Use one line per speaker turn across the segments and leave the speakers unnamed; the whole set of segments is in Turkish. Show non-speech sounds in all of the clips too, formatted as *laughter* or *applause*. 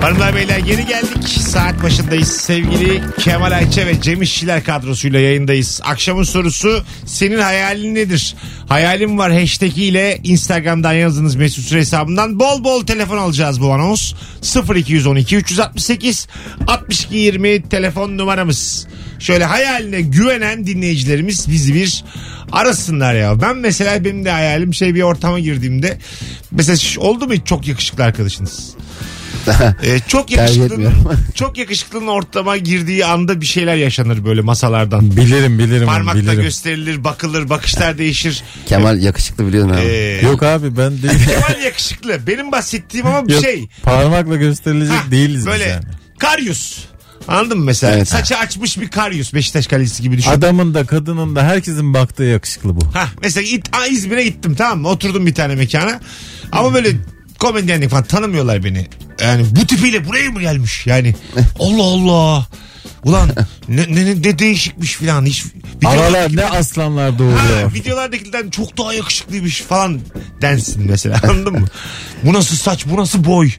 Hanımlar beyler geri geldik. Saat başındayız. Sevgili Kemal Ayça ve Cem İşçiler kadrosuyla yayındayız. Akşamın sorusu senin hayalin nedir? Hayalim var hashtag ile Instagram'dan yazınız Mesut Süre hesabından. Bol bol telefon alacağız bu anons. 0212 368 62 20 telefon numaramız. Şöyle hayaline güvenen dinleyicilerimiz bizi bir arasınlar ya. Ben mesela benim de hayalim şey bir ortama girdiğimde mesela şş, oldu mu hiç çok yakışıklı arkadaşınız? Ee, çok yakışıklının,
*laughs*
etmiyorum.
çok yakışıklının ortama girdiği anda bir şeyler yaşanır böyle masalardan.
Bilirim bilirim
Parmakla
Hmm, bilirim.
gösterilir, bakılır, bakışlar değişir.
Kemal yakışıklı biliyorum abi.
Ee,
Yok abi ben değil.
Kemal yakışıklı. Benim bahsettiğim ama *laughs* bir
Yok,
şey.
Parmakla gösterilecek
Ha,
değiliz
böyle
biz yani.
karyus. Anladın mı mesela?
Evet.
Saçı açmış bir karyus Beşiktaş kalecisi gibi düşün.
Adamın da kadının da herkesin baktığı yakışıklı bu.
Ha mesela İt- Aa, İzmir'e gittim tamam mı? Oturdum bir tane mekana. Ama böyle komedyenlik falan tanımıyorlar beni. Yani bu tipiyle buraya mı gelmiş?
*laughs*
Yani Allah Allah. Ulan ne, ne, ne, ne değişikmiş falan. Hiç,
Aralar ne aslanlar doğuruyor.
Ha, videolardakilerden çok daha yakışıklıymış falan densin mesela *laughs* anladın mı? Bu nasıl saç bu nasıl boy?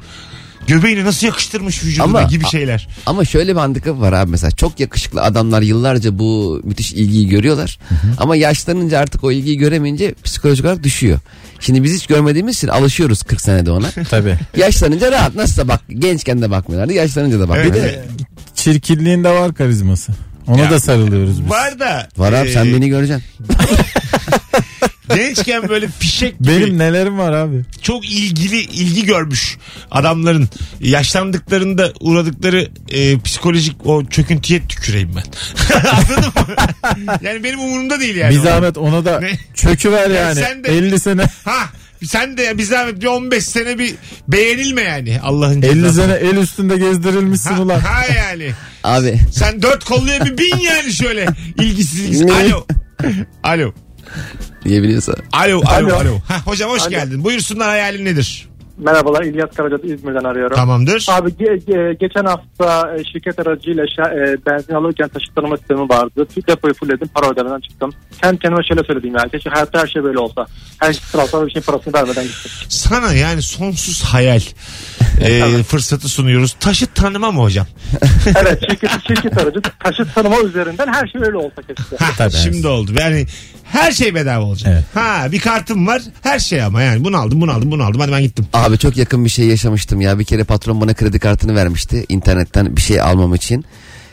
Göbeğini nasıl yakıştırmış vücuduna
Ama-
gibi şeyler.
Ama şöyle bir handikap var abi mesela çok yakışıklı adamlar yıllarca bu müthiş ilgiyi görüyorlar. Ama yaşlanınca artık o ilgiyi göremeyince psikolojik olarak düşüyor. Şimdi biz hiç görmediğimiz için alışıyoruz 40 senede ona.
Tabii.
yaşlanınca rahat nasılsa bak gençken de bakmıyorlardı yaşlanınca da
Evet,
bakmıyorlar.
evet.
Çirkinliğin de var karizması. Ona
Ya.
da sarılıyoruz biz.
Var da
Var abi sen
e,
beni göreceksin.
gençken böyle
*laughs*
fişek gibi
Benim nelerim var abi.
çok ilgili ilgi görmüş adamların yaşlandıklarında uğradıkları e, psikolojik o çöküntüye tüküreyim ben. *laughs* Anladın mı? yani benim umurumda değil yani.
bir zahmet ona da
Ne?
çöküver
Ya
yani.
sen de-
50 sene
Ha sen de bir zahmet bir 15 sene bir beğenilme yani Allah'ın
50
cezası.
sene el üstünde gezdirilmişsin
Ha,
ulan.
ha yani.
Abi
Sen dört kolluya bir bin yani şöyle. İlgisiz ilgisiz.
Ne?
Alo. Alo.
diyebiliyorsa.
Alo. Alo.
Alo.
Alo. Ha, hocam hoş geldin. Buyursunlar hayalin nedir?
Merhabalar İlyas Karacat İzmir'den arıyorum.
Tamamdır.
Abi ge- ge- geçen hafta e, şirket aracıyla şa- e, benzin alırken taşıt tanıma sistemi vardı. Tüm depoyu fulledim para ödemeden çıktım. Kendi kendime şöyle söyledim yani. Keşke hayatta her şey böyle olsa. Her şey sıralsa bir şeyin parasını vermeden gittim.
Sana yani sonsuz hayal
*laughs*
e, fırsatı sunuyoruz. Taşı tanıma mı hocam?
evet şirket, şirket aracı taşıt tanıma üzerinden her şey öyle olsa keşke.
Ha,
Tabii.
şimdi oldu. Yani her şey bedava olacak.
Evet.
Ha bir kartım var. Her şey ama yani bunu aldım, bunu aldım, bunu aldım. Hadi ben gittim.
Abi çok yakın bir şey yaşamıştım ya. Bir kere patron bana kredi kartını vermişti internetten bir şey almam için.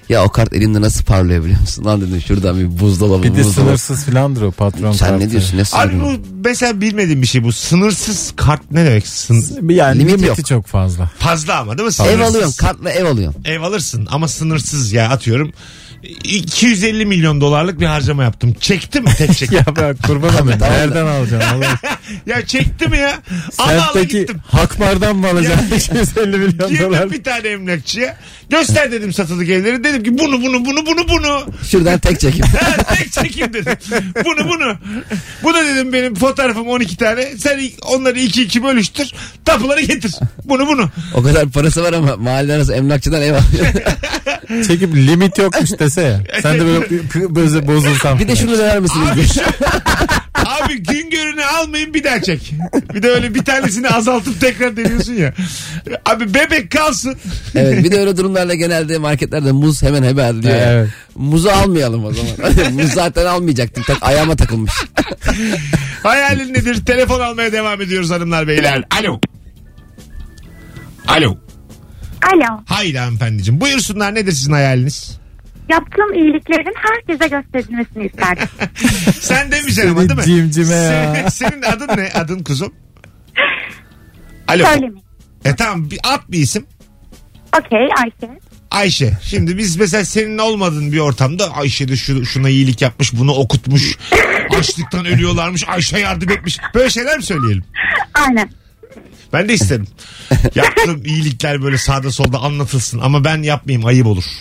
Ya o kart elimde nasıl parlıyor biliyor musun? Lan dedim şuradan bir buzdolabı
Bir de
buzdolabı.
sınırsız filandır o patron
Sen ne
kartı.
diyorsun ne
Abi
sınırı?
bu mesela bilmediğim bir şey bu. Sınırsız kart ne demek? Sın-
Bir Yani
Limit
limiti
yok.
çok fazla.
fazla ama değil mi?
Ev
Sınırsız.
alıyorum kartla ev alıyorum.
ev alırsın ama sınırsız ya atıyorum. 250 milyon dolarlık bir harcama yaptım. Çekti mi
*laughs*
tek çek?
Ya ben kurban olayım.
tamam da.
Nereden alacaksın? Allah
*laughs* ya çekti mi ya? Ala ala
Semtteki
gittim.
Hakbar'dan mı
*laughs*
alacaksın 250 milyon dolar?
Girdim bir tane emlakçıya. Göster dedim satılık evleri. Dedim ki bunu bunu bunu bunu bunu.
Şuradan tek çekim.
*laughs* Ha, tek çekim dedim. Bunu bunu. Bu da dedim benim fotoğrafım 12 tane. Sen ilk- onları iki iki bölüştür. Tapuları getir. Bunu bunu.
o kadar parası var ama mahalle arası emlakçıdan ev alıyor.
*laughs*
Çekip limit yokmuş dese ya. Sen de böyle p- p- böyle bozulsan.
bir de şunu döner misiniz?
Abi şu Abi gün görünü almayın bir daha çek. Bir de öyle bir tanesini azaltıp tekrar deniyorsun ya. Abi bebek kalsın.
*laughs* evet bir de öyle durumlarla genelde marketlerde muz hemen hemen diyor. ya.
Evet.
Muzu almayalım o
*laughs*
zaman. *laughs* Muz zaten almayacaktım. Tak ayağıma takılmış.
Hayalin nedir? Telefon almaya devam ediyoruz hanımlar beyler. Alo. Alo.
Alo.
Haydi hanımefendiciğim. Buyursunlar nedir sizin hayaliniz?
Yaptığım iyiliklerin herkese gösterilmesini isterdim.
Sen demişsin ama değil mi?
Seni cimcime ya.
Senin, senin adın ne? Adın kuzum. Alo.
Söylemeyin.
E tamam bir at bir isim.
Okey Ayşe.
Ayşe. Şimdi biz mesela senin olmadığın bir ortamda Ayşe de şu, şuna iyilik yapmış, bunu okutmuş. Açlıktan ölüyorlarmış, Ayşe yardım etmiş. Böyle şeyler mi söyleyelim?
Aynen.
Ben de isterim. Yaptığım iyilikler böyle sağda solda anlatılsın ama ben yapmayayım ayıp olur. *laughs*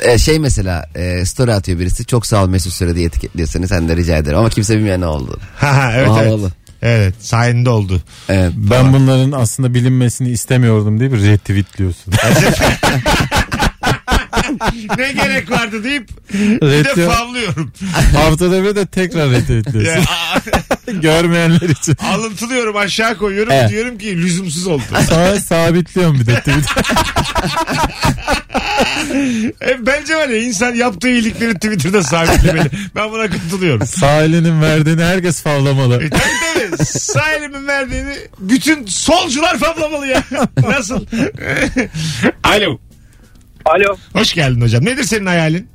Ee, şey mesela e, story atıyor birisi. Çok sağ ol Mesut Süre diye etiketliyor seni. Sen de rica ederim. Ama kimse bilmiyor ne oldu.
Ha ha evet evet.
Havalı.
Evet sayende oldu.
Evet.
Ben bunların aslında bilinmesini istemiyordum diye bir retweetliyorsun.
ne gerek vardı deyip bir de
Retro- *laughs*
favlıyorum.
Haftada bir de tekrar retweetliyorsun.
Yani, a-
*laughs* Görmeyenler için.
alıntılıyorum aşağı koyuyorum
Evet.
diyorum ki lüzumsuz oldu.
Sonra sabitliyorum bir de Twitter.
E, bence var ya insan yaptığı iyilikleri Twitter'da sabitlemeli. ben buna katılıyorum.
Sağ elinin verdiğini herkes favlamalı.
E, tabii tabii. Sağ elimin verdiğini bütün solcular fablamalı ya. Nasıl? *laughs* Alo.
Alo.
Hoş geldin hocam. Nedir senin hayalin?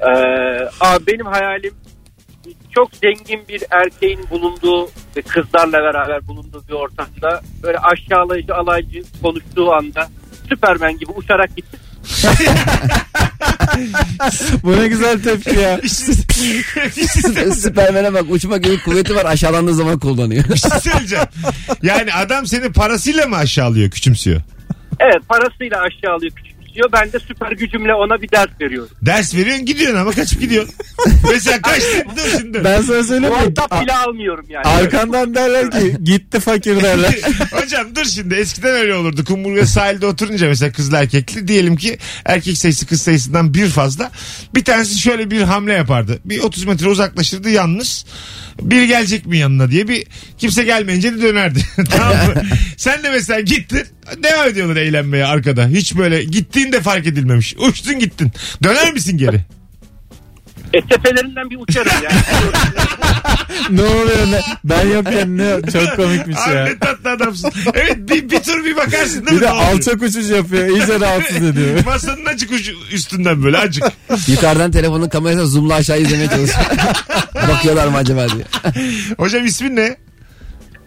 Ee, abi benim hayalim çok zengin bir erkeğin bulunduğu ve kızlarla beraber bulunduğu bir ortamda böyle aşağılayıcı alaycı konuştuğu anda Süpermen gibi uçarak gitti.
Bu ne güzel tepki ya.
*laughs* Süpermen'e bak uçma gibi kuvveti var aşağılandığı zaman kullanıyor.
Bir şey söyleyeceğim. Yani adam seni parasıyla mı aşağılıyor, küçümsüyor?
Evet parasıyla aşağılıyor küçümsüyor. Ben de süper gücümle ona bir ders veriyorum.
Ders veriyorsun gidiyorsun ama kaçıp gidiyorsun. Mesela kaçtın dur şimdi.
Ben sana söyleyeyim mi?
WhatsApp
A-
bile almıyorum yani.
Arkandan derler ki gitti
*laughs*
fakir derler.
Hocam dur şimdi eskiden öyle olurdu. Kumburga sahilde oturunca mesela kızla erkekli diyelim ki erkek sayısı kız sayısından bir fazla. Bir tanesi şöyle bir hamle yapardı. Bir 30 metre uzaklaşırdı yalnız. Bir gelecek mi yanına diye bir kimse gelmeyince de dönerdi. *laughs* tamam
*laughs*
mı? Sen de mesela gittin devam ediyorlar eğlenmeye arkada. Hiç böyle gittiğinde fark edilmemiş. Uçtun gittin. Döner misin
*laughs*
geri?
E, tepelerinden bir uçarım yani.
ne oluyor ne? Ben yokken ne? Çok komikmiş
Abi
ya.
ne tatlı adamsın. Evet bir, bir tur bir bakarsın değil
Bir
mi?
de
Ne oluyor?
alçak uçuş yapıyor. İyice rahatsız ediyor.
Masanın açık ucu üstünden böyle acık.
Yukarıdan telefonun kamerasına zoomla aşağı izlemeye çalışıyor. Bakıyorlar mı acaba diye.
Hocam ismin ne?
*laughs*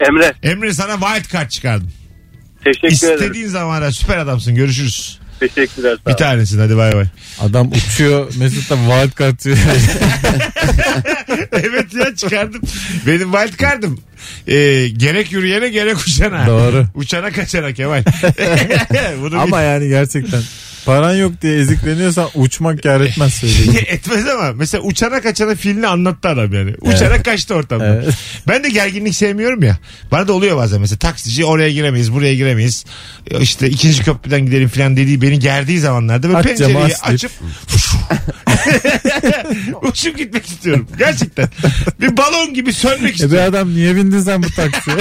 Emre
Emre sana wild card çıkardım.
teşekkür ederim.
İstediğin zaman ara. süper adamsın. Görüşürüz.
Teşekkürler. sağ
Bir
ol.
tanesin hadi bay *laughs* bay.
*laughs* Adam uçuyor. Mesut da wild card diyor.
evet ya çıkardım. Benim wild card'ım. Ee, gerek yürüyene gerek uçana.
Doğru.
Uçana kaçana Kemal. *laughs* Bunu
*laughs* Ama yani gerçekten paran yok diye ezikleniyorsan uçmak kar etmez söyleyeyim. *laughs*
bir- etmez ama mesela uçana kaçana filini anlattı adam yani. Uçana kaçtı ortamdan.
Evet.
Ben de gerginlik sevmiyorum ya. Bana da oluyor bazen mesela taksici oraya giremeyiz buraya giremeyiz. İşte ikinci köprüden gidelim falan dediği beni gerdiği zamanlarda böyle
Aç camı
pencereyi
aç deyip.
açıp *laughs* uçup gitmek istiyorum. Gerçekten. Bir balon gibi sönmek
E bir
istiyorum.
adam niye bindin sen bu *laughs* taksiye?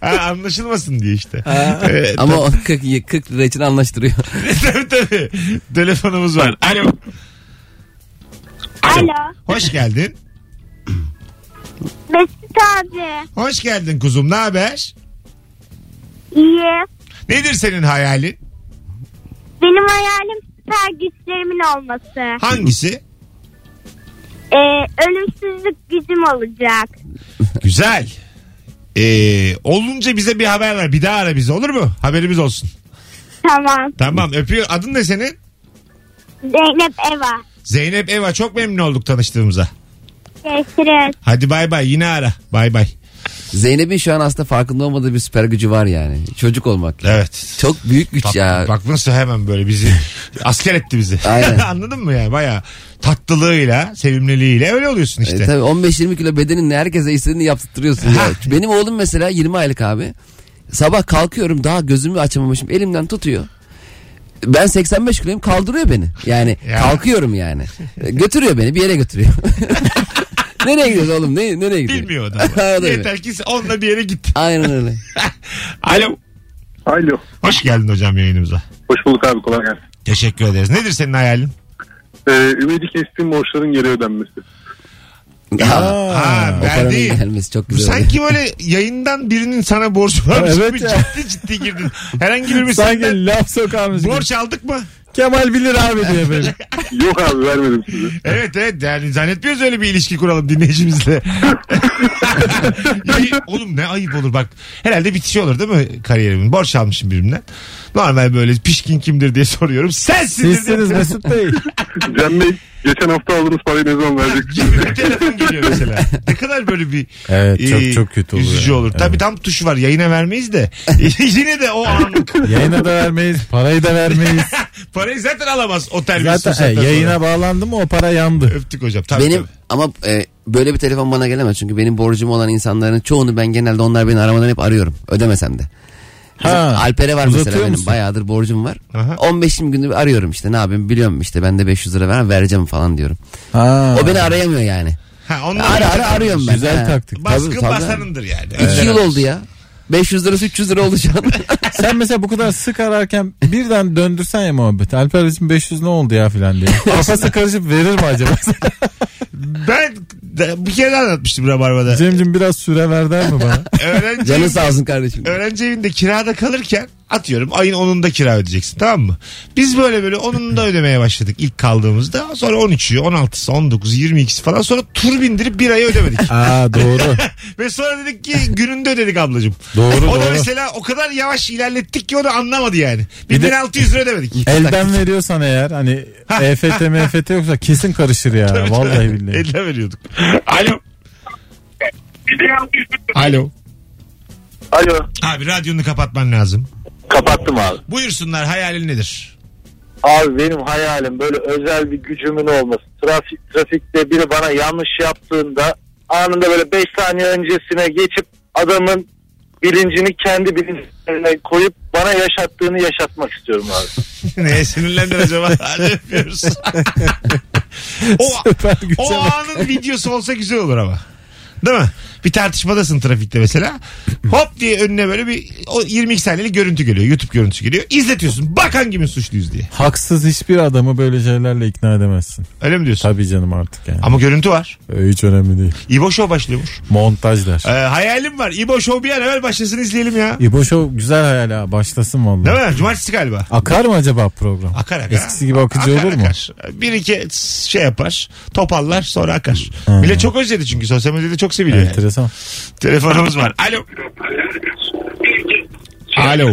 Ha, anlaşılmasın diye işte.
Ama o 40, 40 lira için anlaştırıyor.
*laughs* tabii tabii. Telefonumuz var. Alo.
Alo.
Hoş geldin.
Mesut abi.
Hoş geldin kuzum. Ne haber?
İyi.
Nedir senin hayalin?
Benim hayalim süper güçlerimin olması.
Hangisi?
Ee, ölümsüzlük gücüm olacak.
Güzel. Ee, olunca bize bir haber ver. Bir daha ara bizi olur mu? Haberimiz olsun.
Tamam.
Tamam öpüyor. Adın ne senin?
Zeynep Eva.
Zeynep Eva. Çok memnun olduk tanıştığımıza.
Görüşürüz.
Hadi bay bay. Yine ara. Bay bay.
Zeynep'in şu an aslında farkında olmadığı bir süper gücü var yani. Çocuk olmak.
Evet.
Çok büyük güç
Bak,
ya.
bak nasıl hemen böyle
*laughs*
bizi asker etti bizi. *laughs*
Aynen.
Anladın mı yani? Baya tatlılığıyla, sevimliliğiyle öyle oluyorsun işte.
E, tabii 15-20 kilo bedeninle herkese istediğini yaptırıyorsun. ya. Benim oğlum mesela 20 aylık abi. Sabah kalkıyorum daha gözümü açamamışım elimden tutuyor. Ben 85 kiloyum kaldırıyor beni. Yani
Ya.
kalkıyorum yani. E, Götürüyor beni bir
*laughs*
yere götürüyor. *laughs* nereye gidiyorsun oğlum? Ne, nereye gidiyorsun?
Bilmiyor
*laughs* O da
adam.
bilmiyor.
Yeter ki onunla bir yere git. *laughs*
Aynen *laughs* öyle.
Alo.
Alo.
Hoş geldin hocam yayınımıza.
Hoş bulduk abi kolay gelsin.
Teşekkür ederiz. Nedir senin hayalin?
Ee, ümidi kestiğim borçların geri ödenmesi.
Ha,
Ha,
o paranın
verdiği.
gelmesi çok
Bu
güzel. oldu.
Sanki böyle yayından birinin sana borcu varmış
Evet
gibi
ya.
ciddi ciddi girdin. Herhangi bir senden
Sanki laf *laughs* sokarmış. gibi.
borç aldık mı?
Kemal bilir abi diye böyle.
Yok abi vermedim size.
Evet evet yani zannetmiyoruz öyle bir ilişki kuralım dinleyicimizle. Ya, oğlum ne ayıp olur bak. Herhalde bitişi olur değil mi kariyerimin? Borç almışım birimden. Normal böyle pişkin kimdir diye soruyorum. Sensindir
*laughs* Sizsiniz
diye.
Mesut Bey.
Cem Bey geçen hafta aldığınız parayı ne zaman vereceksiniz?
gibi bir telefon geliyor mesela. Ne kadar böyle bir e,
Evet, çok- çok kötü olur
Üzücü
yani.
olur. Tabii tam tuşu var yayına vermeyiz de. *laughs* Yine de o anlık.
Yayına da vermeyiz. Parayı da vermeyiz.
*laughs* Parayı zaten alamaz o terbiyesiz.
Zaten e,
saatten sonra.
yayına bağlandı mı o para yandı.
Öptük hocam. Tabii,
benim
tabii.
ama e, böyle bir telefon bana gelemez çünkü benim borcum olan insanların çoğunu ben genelde onlar beni aramadan hep arıyorum ödemesem de. Bizim
Ha,
Alper'e var mesela
uzatıyor
benim
musun?
bayağıdır borcum var.
Aha.
15-20 gündür arıyorum işte ne yapayım biliyorum işte bende 500 lira var vereceğim falan diyorum.
Ha.
O beni arayamıyor yani.
Ha, onunla
Ara ara arıyorum ben.
Güzel taktik.
Baskın
Tabii, tabii.
basanındır yani.
2 yıl oldu ya. 500 lirası 300 lira olacak.
*laughs* Sen mesela bu kadar sık ararken birden döndürsen ya muhabbeti. Alper için 500 ne oldu ya filan *laughs* diye. Kafası karışıp verir mi acaba?
Ben de- bir kere daha anlatmıştım Rabarba'da.
Cemcim biraz süre ver der
*laughs*
mi bana?
Öğrenci,
Canın sağ olsun kardeşim.
öğrenci evinde kirada kalırken atıyorum ayın 10'unda kira ödeyeceksin tamam mı? Biz böyle böyle 10'unda ödemeye başladık ilk kaldığımızda. Sonra 13'ü, 16'sı, 19'u, 22'si falan sonra tur bindirip bir ay
*laughs*
ödemedik.
Aa doğru.
Ve sonra dedik ki gününde ödedik ablacığım.
Doğru,
O da
doğru.
mesela o kadar yavaş ilerlettik ki o da anlamadı yani.
Bir de-
1600 lira ödemedik.
Elden veriyorsan eğer hani EFT MFT yoksa kesin karışır ya. Vallahi billahi.
Elle veriyorduk. Alo. Alo.
Alo.
Abi radyonu kapatman lazım.
Kapattım abi.
Buyursunlar hayalin nedir? *laughs*
Abi benim hayalim böyle özel bir gücümün olması. Trafik, trafikte biri bana yanlış yaptığında anında böyle 5 saniye öncesine geçip adamın bilincini kendi bilincine koyup bana yaşattığını yaşatmak istiyorum abi.
Neye sinirlendin
*laughs*
acaba? Hadi öpüyoruz. o,
Süper güzel.
o anın videosu olsa güzel olur ama. Değil mi? Bir tartışmadasın trafikte mesela. Hop diye önüne böyle bir o 22 saniyelik görüntü geliyor. YouTube görüntüsü geliyor. İzletiyorsun. Bak hangimiz suçluyuz diye.
Haksız hiçbir adamı böyle şeylerle ikna edemezsin.
Öyle mi diyorsun?
Tabii canım artık yani.
Ama görüntü var.
Ee, Hiç önemli değil.
İbo Show başlıyormuş.
Montaj der.
Ee, hayalim var. İbo Show bir an evvel başlasın izleyelim ya.
İbo Show güzel hayal ha. Başlasın
Değil
vallahi.
mi? Cumartesi galiba.
Akar mı acaba program?
Akar akar.
Eskisi gibi akıcı
Akar,
olur mu?
akar. Bir iki şey yapar. Topallar sonra akar. Bile çok özledi çünkü. Sosyal medyada çok seviliyor. yani.
Ee, Enteresan.
Telefonumuz var. Alo. Alo.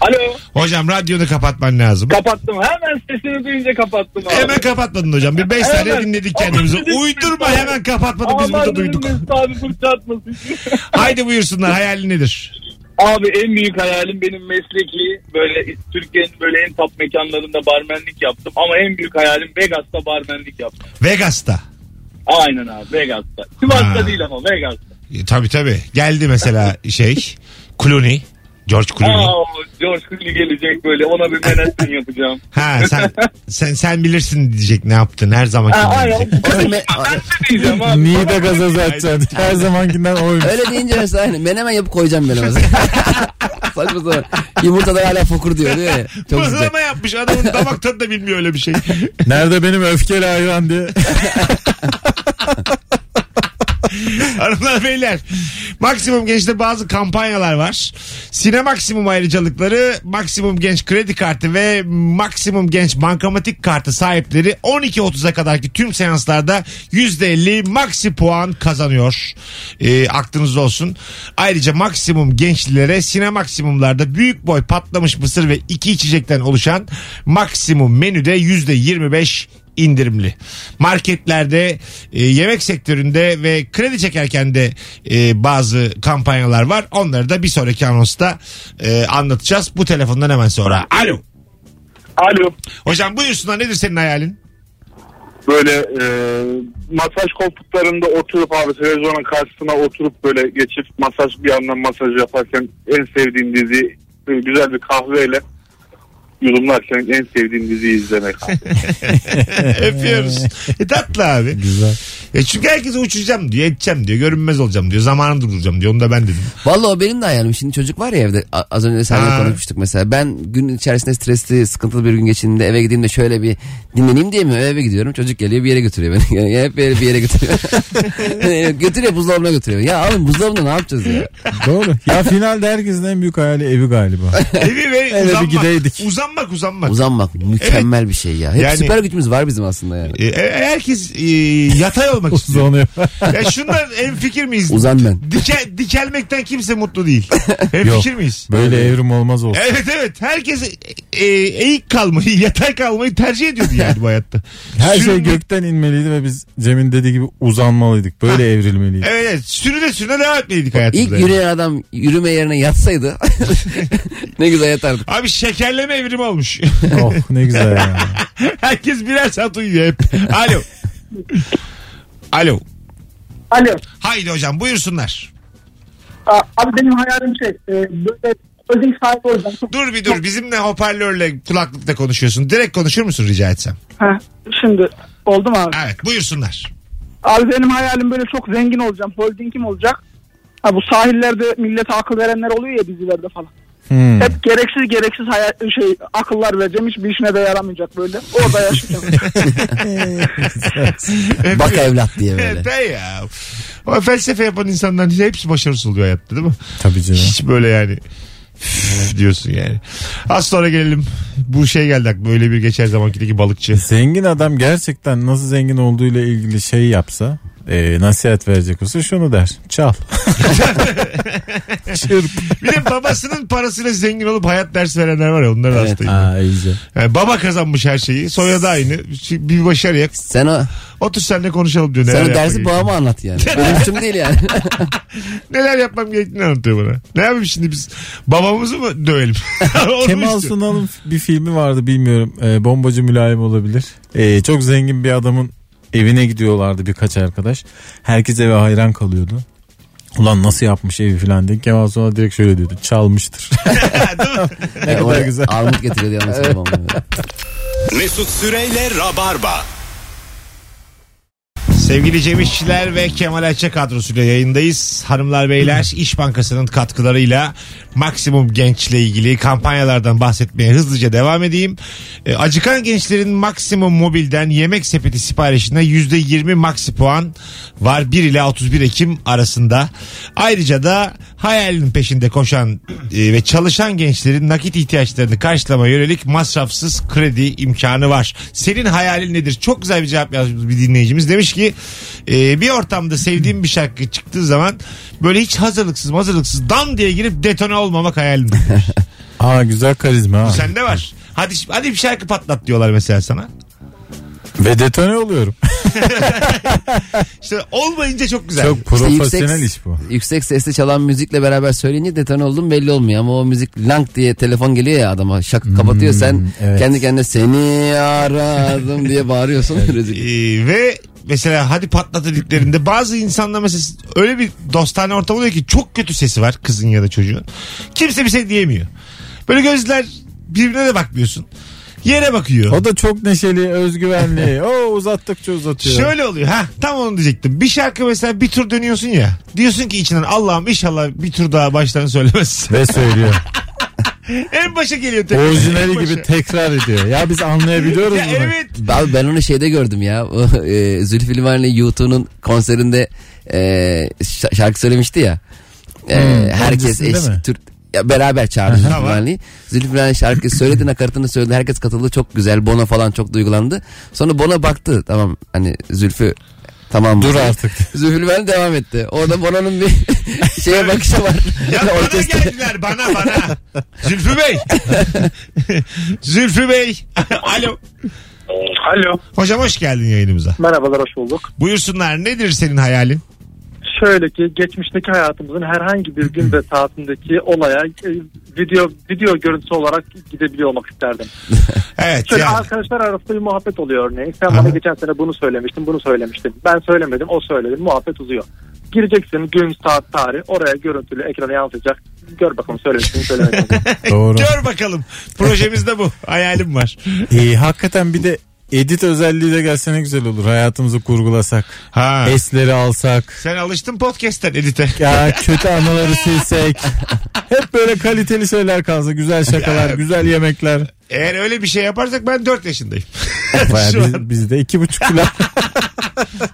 Alo
Hocam radyonu kapatman lazım.
kapattım hemen sesini duyunca kapattım abi.
Hemen kapatmadın hocam. Bir 5 saniye
Hemen.
dinledik kendimizi.
Ama dedim
Uydurma
biz-
hemen kapatmadık. Biz
Aman
burada
dedim
duyduk.
Mesut abi fırçatmasın.
Haydi buyursunlar. Hayalin nedir?
*laughs* Abi en büyük hayalim benim mesleki böyle Türkiye'nin böyle en top mekanlarında barmenlik yaptım. Ama en büyük hayalim Vegas'ta barmenlik yaptım.
Vegas'ta.
Aynen abi Vegas'ta. Sivas'ta
Ha.
değil ama Vegas'ta.
E, tabii tabii. Geldi mesela şey. Clooney. George Clooney.
Aa, George Clooney gelecek böyle ona bir Manhattan yapacağım.
Ha sen sen sen bilirsin diyecek ne yaptın her
Ha,
zaman
*laughs* aynen.
Me-
Ne diyeceğim abi?
Niye de gazoz atacaksın? Her zamankinden oymuş.
Öyle deyince mesela hani menemen yapıp koyacağım ben
*laughs*
o zaman. Saçma sapan. Yumurtada hala fokur diyor değil mi? Çok güzel.
Mızlama yapmış adamın damak tadı da bilmiyor öyle bir şey.
Nerede benim öfkeli
*laughs*
hayvan diye.
*laughs* Hanımlar beyler maksimum gençte bazı kampanyalar var. Sine maksimum ayrıcalıkları maksimum genç kredi kartı ve maksimum genç bankamatik kartı sahipleri 12.30'a kadarki tüm seanslarda %50 maksi puan kazanıyor. E, aklınızda olsun. Ayrıca maksimum gençlilere sine maksimumlarda büyük boy patlamış mısır ve iki içecekten oluşan maksimum menüde %25 indirimli. Marketlerde, e, yemek sektöründe ve kredi çekerken de e, bazı kampanyalar var. Onları da bir sonraki anonsta e, anlatacağız. Bu telefondan hemen sonra. Alo.
Alo.
Hocam buyursunlar nedir senin
*laughs*
hayalin?
böyle e, masaj koltuklarında oturup abi televizyonun karşısına oturup böyle geçip masaj bir yandan masaj yaparken en sevdiğim dizi e, güzel bir kahveyle yorumlarken en sevdiğim diziyi izlemek.
Öpüyoruz. E, tatlı abi.
Güzel.
E, çünkü herkese uçacağım diyor, edeceğim diyor, görünmez olacağım diyor, zamanı durduracağım diyor. Onu da ben
*laughs*
dedim.
Vallahi o benim de hayalim. Şimdi çocuk var ya evde. A- Az önce
Ha.
seninle konuşmuştuk mesela. Ben gün içerisinde stresli, sıkıntılı bir gün geçirdiğimde eve gideyim de şöyle bir dinleneyim diye mi eve gidiyorum. Çocuk geliyor bir yere götürüyor beni. *laughs* Yani hep bir yere, bir yere götürüyor.
*laughs*
Yani götürüyor *laughs* buzdolabına götürüyor. Ya oğlum buzdolabında ne yapacağız ya?
Doğru. Ya finalde herkesin en büyük hayali evi galiba.
*laughs* Evi ve
bir
uzanmak.
gideydik.
Uzanmak, uzanmak.
Uzanmak mükemmel bir şey ya. Hep
Yani-
süper gücümüz var bizim aslında yani.
E, e, herkes e, yatay
*laughs*
olmak istiyor.
Uzanıyor.
Ya şundan en fikir miyiz?
Uzan ben.
Dike, dikelmekten kimse mutlu değil. Hep
Yok.
fikir miyiz?
Böyle evrim olmaz olsun.
Evet evet. Herkes e, e, eğik kalmayı, yatay kalmayı tercih ediyordu yani bu
*laughs*
hayatta.
Her şey
Sürünme-
gökten inmeliydi ve biz Cem'in dediği gibi uzanmalıydık. Böyle evrilmeliydik.
Evet, evet. Sürüne sürüne devam etmeliydik
İlk
hayatımızda. yani.
yürüyen adam yürüme
*laughs*
yerine yatsaydı *laughs* ne güzel yatardık.
Abi şekerleme evrimi olmuş. *laughs*
Oh ne güzel ya.
Herkes birer saat uyuyor hep. *laughs* Alo. Alo.
Alo.
Haydi hocam buyursunlar.
Aa, Abi benim hayalim şey e, böyle ödül sahibi olacağım. Çok-
Dur bir dur bizimle hoparlörle kulaklıkla konuşuyorsun. Direkt konuşur musun rica etsem?
Ha, Şimdi oldu mu abi?
Evet buyursunlar.
Abi benim hayalim böyle çok zengin olacağım. Holdingim olacak. Ha, bu sahillerde millete akıl verenler oluyor ya dizilerde falan.
Hmm.
Hep gereksiz gereksiz hayal, şey akıllar vereceğim. Hiçbir işine de yaramayacak böyle. Orada yaşayacağım.
Bak evlat diye böyle.
Evet hey ya. O felsefe yapan insanların hepsi başarısız oluyor hayatta değil mi?
Tabii canım.
Hiç böyle yani üf diyorsun yani. Az sonra gelelim. Bu şey geldi aklıma öyle bir geçer zamankideki balıkçı.
E, Zengin adam gerçekten nasıl zengin olduğuyla ilgili şey yapsa e, nasihat verecek olsa şunu der. Çal. Çırp.
Bir de babasının parasıyla zengin olup hayat dersi verenler var ya onlar da hastayım.
Aa, iyice.
Yani baba kazanmış her şeyi. Soyadı aynı. Bir başarıya.
Sen o,
Otur senle konuşalım diyor.
sen
Neler
o dersi
yapmak
babama anlat yani. Benim işim değil yani.
Neler yapmam gerektiğini anlatıyor bana. Ne yapayım şimdi biz? Babamızı mı dövelim? *laughs* Onu mu
Kemal
istiyor?
Sunal'ın bir filmi vardı bilmiyorum. E, bombacı mülayim olabilir. E, çok zengin bir adamın evine gidiyorlardı birkaç arkadaş. Herkes eve hayran kalıyordu. Ulan nasıl yapmış evi filan diye. Kemal Sunal direkt şöyle diyordu. Çalmıştır.
ne
kadar güzel.
Armut getiriyordu yalnız babam.
Mesut Süreyle Rabarba.
Sevgili Cem İşçiler ve Kemal Ayça kadrosuyla yayındayız. Hanımlar beyler İş Bankası'nın katkılarıyla maksimum gençle ilgili kampanyalardan bahsetmeye hızlıca devam edeyim. E, acıkan gençlerin maksimum mobilden yemek sepeti siparişine %20 maksi puan var 1 ile 31 Ekim arasında. Ayrıca da hayalinin peşinde koşan e, ve çalışan gençlerin nakit ihtiyaçlarını karşılamaya yönelik masrafsız kredi imkanı var. Senin hayalin nedir? Çok güzel bir cevap yazmış bir dinleyicimiz. Demiş ki e, bir ortamda sevdiğim bir şarkı çıktığı zaman böyle hiç hazırlıksız hazırlıksız dam diye girip detone olmamak hayalimdir.
Aa güzel karizma ha.
Sende var. Hadi hadi bir şarkı patlat diyorlar mesela sana.
Ve detone oluyorum.
İşte olmayınca çok güzel.
Çok
İşte
profesyonel iş bu.
Yüksek sesle çalan müzikle beraber söyleyince detone oldum belli olmuyor. Ama o müzik lank diye telefon geliyor ya adama şak kapatıyor. Sen
Hmm, evet.
kendi kendine seni aradım diye bağırıyorsun. Rezil.
Ee, ve mesela hadi patlat dediklerinde bazı insanlar mesela öyle bir dostane ortam oluyor ki çok kötü sesi var kızın ya da çocuğun. Kimse bir şey diyemiyor. Böyle gözler birbirine de bakmıyorsun. Yere bakıyor.
O da çok neşeli,
*laughs*
özgüvenli. o uzattıkça uzatıyor.
Şöyle oluyor. Ha tam onu diyecektim. Bir şarkı mesela bir tur dönüyorsun ya. Diyorsun ki içinden Allah'ım inşallah bir tur daha baştan söylemez.
Ve söylüyor.
*laughs* en başa geliyor. tekrar. En
Orijinali
başa.
gibi tekrar ediyor. Ya biz anlayabiliyoruz
Ya
bunu.
evet.
Abi ben onu şeyde gördüm ya. O, e, Zülfü Livaneli YouTube'un konserinde e, şa- şarkı söylemişti ya. E,
Hmm,
herkes
öncesinde mi?
eşlik Türk ya beraber çağırdı Zülfü
Tamam.
Livaneli'yi. Zülfü Livaneli şarkı söyledi nakaratını söyledi. Herkes katıldı çok güzel. Bono falan çok duygulandı. Sonra Bono baktı. Tamam hani Zülfü tamam.
Dur artık.
Zülfü Livaneli devam etti. Orada Bono'nun bir *laughs* şeye bakışı var. *laughs*
Ya bana
Orkestra-
geldiler bana bana. Zülfü Bey. Zülfü Bey. Alo.
Alo.
Hocam hoş geldin yayınımıza.
*laughs* Merhabalar hoş bulduk.
Buyursunlar nedir senin hayalin?
Şöyle ki geçmişteki hayatımızın herhangi bir gün ve saatindeki olaya e, video video görüntüsü olarak gidebiliyor olmak isterdim.
Evet
Şöyle
yani.
arkadaşlar arasında bir muhabbet oluyor örneğin. Sen
Aha.
bana geçen sene bunu söylemiştin, bunu söylemiştin. Ben söylemedim, o söyledi. Muhabbet uzuyor. Gireceksin gün, saat, tarih. Oraya görüntülü ekrana yansıyacak. Gör bakalım söylemiştin, söylemedin.
Doğru.
Gör bakalım. Projemizde bu. Hayalim var.
İyi, hakikaten bir de edit özelliği de gelse ne güzel olur. Hayatımızı kurgulasak.
Ha.
Esleri alsak.
Sen alıştın podcast'ten edite.
Ya kötü anıları silsek.
*laughs*
Hep böyle kaliteli şeyler kalsa. Güzel şakalar, güzel yemekler.
*laughs* Eğer öyle bir şey yaparsak ben 4 yaşındayım.
Baya
*laughs* Şu an
biz, bizde iki buçuk
*laughs*
kilo.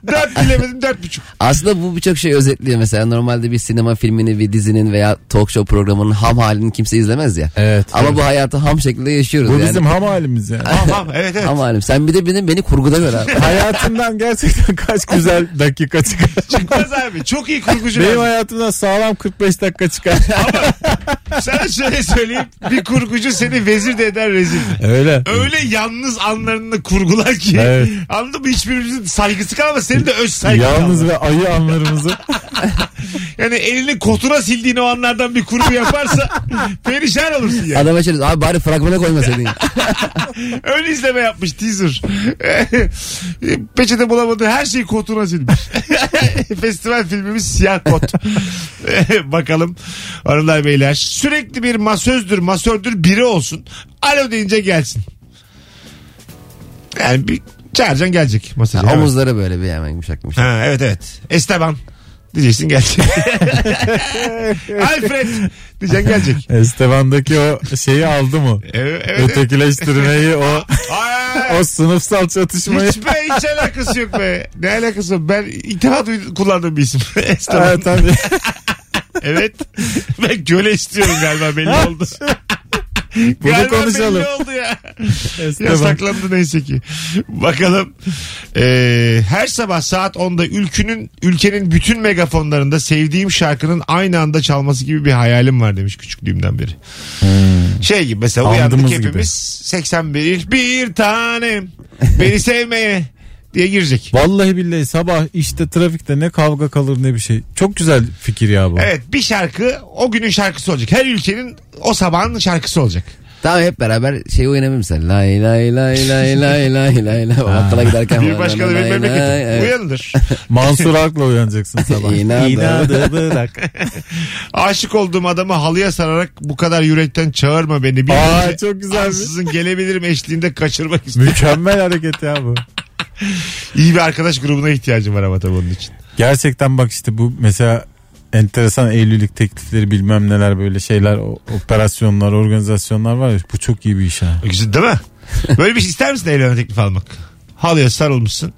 4 bilemedim 4,5.
Aslında bu birçok şey özetliyor. Mesela normalde bir sinema filmini, bir dizinin veya talk show programının ham halini kimse izlemez ya.
Evet.
Ama bu hayatı ham şekilde yaşıyoruz
Bu
yani.
bizim ham halimiz yani.
Tamam evet evet.
Ham halim. Sen bir de benim beni kurguda gör abi. *laughs*
Hayatından gerçekten kaç güzel dakika çıkar.
Çıkmaz abi. *laughs* Çok iyi kurgucu.
Benim
lazım.
hayatımdan sağlam 45 dakika çıkar.
Sana şöyle söyleyeyim. Bir kurgucu seni vezir de eder rezil. de.
Öyle.
Öyle yalnız anlarını kurgular ki.
Evet.
Anladın mı? Hiçbirimizin saygısı ama senin de öz saygın
Yalnız
kaldı.
ve
*laughs*
ayı anlarımızı
Yani elini kotuna sildiğin o anlardan bir kurgu yaparsa *laughs* perişan olursun yani.
Adama şöyle abi bari fragmana koymasaydın ya.
Ön izleme yapmış teaser. *laughs* Peçete bulamadığı her şeyi kotuna silmiş. *laughs* Festival filmimiz siyah kot. *laughs* Bakalım hanımlar beyler. Sürekli bir masözdür masördür biri olsun. Alo deyince gelsin. Yani bir çağıracaksın gelecek masajı.
Ha, omuzları böyle bir hemen yumuşak yumuşak.
Ha, evet evet. Esteban. Diyeceksin gelecek. *laughs* Alfred. Diyeceksin gelecek.
Esteban'daki o şeyi aldı mı?
Evet, evet.
Ötekileştirmeyi o
Ay, *laughs*
o sınıfsal çatışmayı. *laughs*
Hiç be hiç alakası yok be. Ne alakası var? Ben ilk defa duydum- kullandığım bir isim. *laughs* Esteban.
Ha,
Evet. *laughs*
tabii.
Ben göle istiyorum galiba
*laughs*
belli oldu.
Bunu
galiba
konuşalım.
belli oldu ya.
Esteban.
Yasaklandı neyse ki. Bakalım. Ee, her sabah saat 10'da ülkünün ülkenin bütün megafonlarında sevdiğim şarkının aynı anda çalması gibi bir hayalim var demiş küçüklüğümden beri. Şey gibi mesela
Hmm. Andımız
uyandık
gibi.
hepimiz 81 bir tanem beni sevmeye diye girecek.
Vallahi billahi sabah işte trafikte ne kavga kalır ne bir şey. Çok güzel fikir ya bu.
Evet bir şarkı o günün şarkısı olacak. Her ülkenin o sabahın şarkısı olacak.
Tamam hep beraber şey oynayabilir misin? Lay lay lay lay lay lay lay lay. O Bakkala giderken.
Bir başka da bir
Lay lay lay.
memleketi.
Evet.
Uyanılır.
Mansur Ak'la uyanacaksın sabah.
İnadı.
bırak.
Aşık olduğum adamı halıya sararak bu kadar yürekten çağırma beni. Bir
Aa,
gece
çok güzelmiş.
ansızın gelebilirim eşliğinde kaçırmak istiyorum.
Mükemmel hareket ya bu.
İyi bir arkadaş grubuna ihtiyacım var ama tabii onun için.
Gerçekten bak işte bu mesela enteresan evlilik teklifleri bilmem neler böyle şeyler o- operasyonlar organizasyonlar var ya bu çok iyi bir iş ha.
E, Güzel değil mi? Böyle bir şey ister misin evlenme teklifi almak? Halıya sarılmışsın.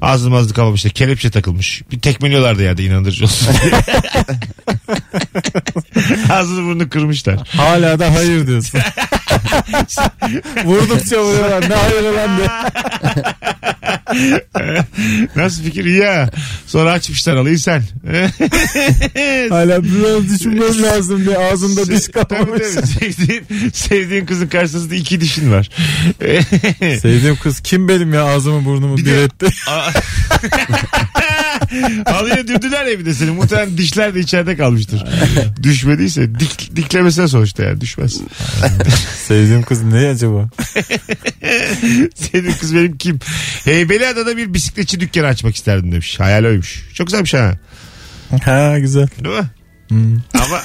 Ağzım ağzı kalmamış da kelepçe takılmış. Bir tekmeliyorlar da yerde inandırıcı olsun diye. Ağzını burnunu kırmışlar.
Hala da
*laughs*
hayır diyorsun. Vurdukça vuruyorlar ne hayır lan diye.
Nasıl fikir İyi ya? Sonra açmışlar halıyı sen.
Hala biraz düşünmem lazım diye ağzında diş
Şey, Tabii
kalmamış.
tabii. Sevdiğin, sevdiğin kızın karşısında iki dişin var.
Sevdiğim kız kim benim ya ağzımı burnumu
Bir
bir
de- *laughs*
etti.
Halıya dürdüler ya bir de seni. Muhtemelen dişler de içeride kalmıştır. Düşmediyse dik, diklemesine sonuçta yani düşmez.
Sevdiğim kız ne acaba?
Senin kız benim kim? Heybeliada'da bir bisikletçi dükkanı açmak isterdim demiş. Hayal oymuş. Çok güzelmiş ha.
Ha güzel.
Değil mi?
Hmm.
Ama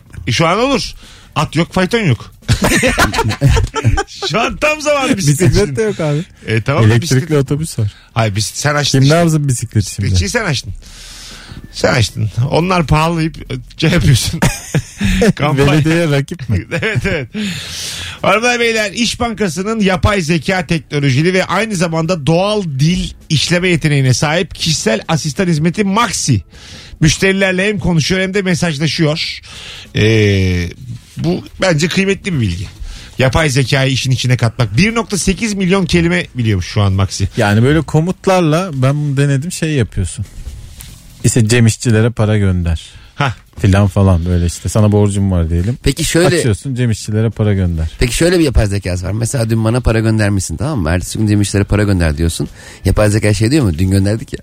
*laughs* şu an olur. At yok fayton yok. şu an tam zamanı bisikletçinin.
Bisiklet de yok abi.
E, şey tamam da bisiklet.
Elektrikli otobüs var.
Hayır bis- sen açtın.
Kim ne
işte.
yapsın bisikleti şimdi?
Bisikletçiyi sen açtın. Sen açtın. Onlar pahalayıp şey
*laughs*
yapıyorsun. Kampanya.
Belediye
*laughs*
rakip mi?
evet evet. Hanımlar beyler İş Bankası'nın yapay zeka teknolojili ve aynı zamanda doğal dil işleme yeteneğine sahip kişisel asistan hizmeti Maxi. Müşterilerle hem konuşuyor hem de mesajlaşıyor. Ee, bu bence kıymetli bir bilgi. Yapay zekayı işin içine katmak. 1.8 milyon kelime biliyormuş şu an Maxi.
Yani böyle komutlarla ben bunu denedim şey yapıyorsun. İşte Cem İşçilere para gönder.
Hah.
Filan falan böyle işte sana borcum var diyelim.
Peki şöyle
Açıyorsun Cem İşçilere para gönder.
Peki şöyle bir yapay zekası var. Mesela dün bana para göndermişsin tamam mı? Ertesi gün demişlere para gönder diyorsun. Yapay zeka şey diyor mu? Dün gönderdik ya.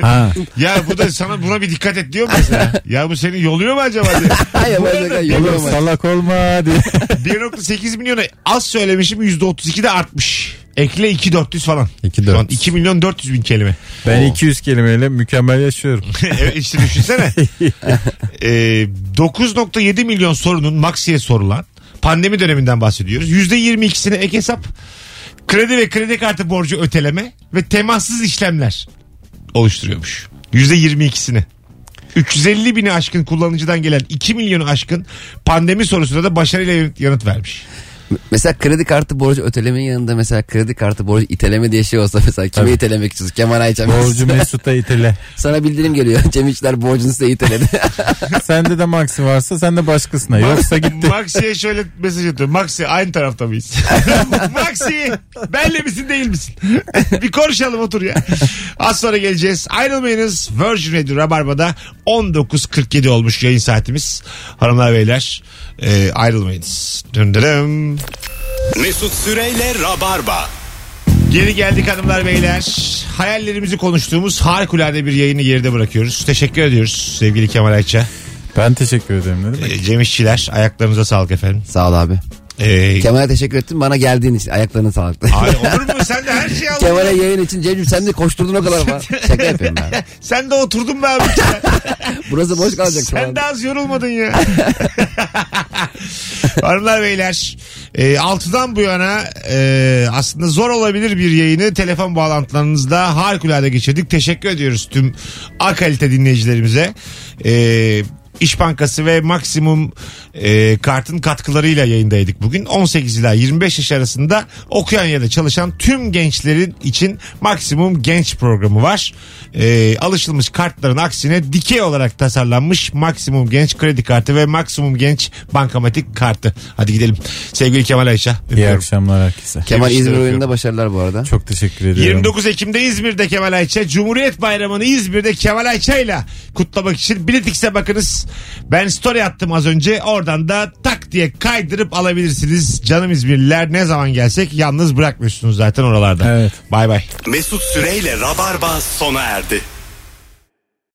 Ha. *laughs*
Ya bu da sana buna bir dikkat et diyor mu mesela? Ya bu seni yoluyor mu acaba diye.
*laughs* yapay zeka yolu
Oğlum
mu?
salak olma diye.
1.8 milyona az söylemişim %32 de artmış. Ekle 2.400 falan.
2.400.
Şu an 2 milyon 400 bin kelime. *laughs*
Ben 200 kelimeyle mükemmel yaşıyorum.
Evet, işte düşünsene. Ee, 9.7 milyon sorunun maksiye sorulan pandemi döneminden bahsediyoruz. %22'sine ek hesap, kredi ve kredi kartı borcu öteleme ve temassız işlemler oluşturuyormuş. %22'sini. 350 bini aşkın kullanıcıdan gelen 2 milyonu aşkın pandemi sorusuna da başarıyla yanıt vermiş.
Mesela kredi kartı borcu ötelemenin yanında mesela kredi kartı borcu iteleme diye şey olsa mesela kime
Tabii.
itelemek istiyorsun? Kemal Ayça. *laughs*
Borcu Mesut'a itele.
Sana bildirim geliyor. *laughs* Cem İşler borcunu size iteledi. *laughs*
Sende de maksi varsa sen de başkasına. E Yoksa gitti.
Maxi'ye şöyle mesaj atıyor. Maxi aynı tarafta
*laughs*
mıyız? Maxi benle misin değil misin? bir konuşalım otur ya. Az sonra geleceğiz. Ayrılmayınız. Virgin Radio Rabarba'da 19.47 olmuş yayın saatimiz. Hanımlar beyler e, ayrılmayınız. Döndürüm.
Mesut Süreyle Rabarba.
Geri geldik hanımlar beyler. Hayallerimizi konuştuğumuz harikulade bir yayını geride bırakıyoruz. Teşekkür ediyoruz sevgili Kemal Ayça.
Ben teşekkür ederim. Ne demek?
Ee, Cem İşçiler ayaklarınıza sağlık efendim.
Sağ ol abi.
Ee,
Kemal'e teşekkür ettim. Bana geldiğin için ayaklarına sağlık. *laughs*
ay olur mu sen de her şeyi aldın.
Kemal'e yayın için Cem'ciğim sen de koşturdun o kadar *laughs* bana. Şaka yapıyorum ben.
Sen de oturdun be abi.
Burası boş kalacak.
Sen de az yorulmadın ya. *laughs* Hanımlar beyler e, altıdan bu yana e, aslında zor olabilir bir yayını telefon bağlantılarınızda harikulade geçirdik. Teşekkür ediyoruz tüm A kalite dinleyicilerimize. E, İş Bankası ve Maksimum e, Kart'ın katkılarıyla yayındaydık bugün. 18 ila 25 yaş arasında okuyan ya da çalışan tüm gençlerin için Maksimum Genç programı var. E, alışılmış kartların aksine dikey olarak tasarlanmış Maksimum Genç kredi kartı ve Maksimum Genç bankamatik kartı. Hadi gidelim. Sevgili Kemal Ayşa.
İyi
öpüyorum.
akşamlar herkese.
Kemal
Yakıştı,
İzmir
öpüyorum.
oyununda başarılar bu arada.
Çok teşekkür ediyorum.
29 Ekim'de İzmir'de Kemal Ayça. Cumhuriyet Bayramı'nı İzmir'de Kemal Ayça'yla kutlamak için biletikse bakınız. Ben story attım az önce. Oradan da tak diye kaydırıp alabilirsiniz. Canım İzmirliler ne zaman gelsek yalnız bırakmıyorsunuz zaten oralarda.
Evet.
Bay bay.
Mesut Süreyle Rabarba sona erdi.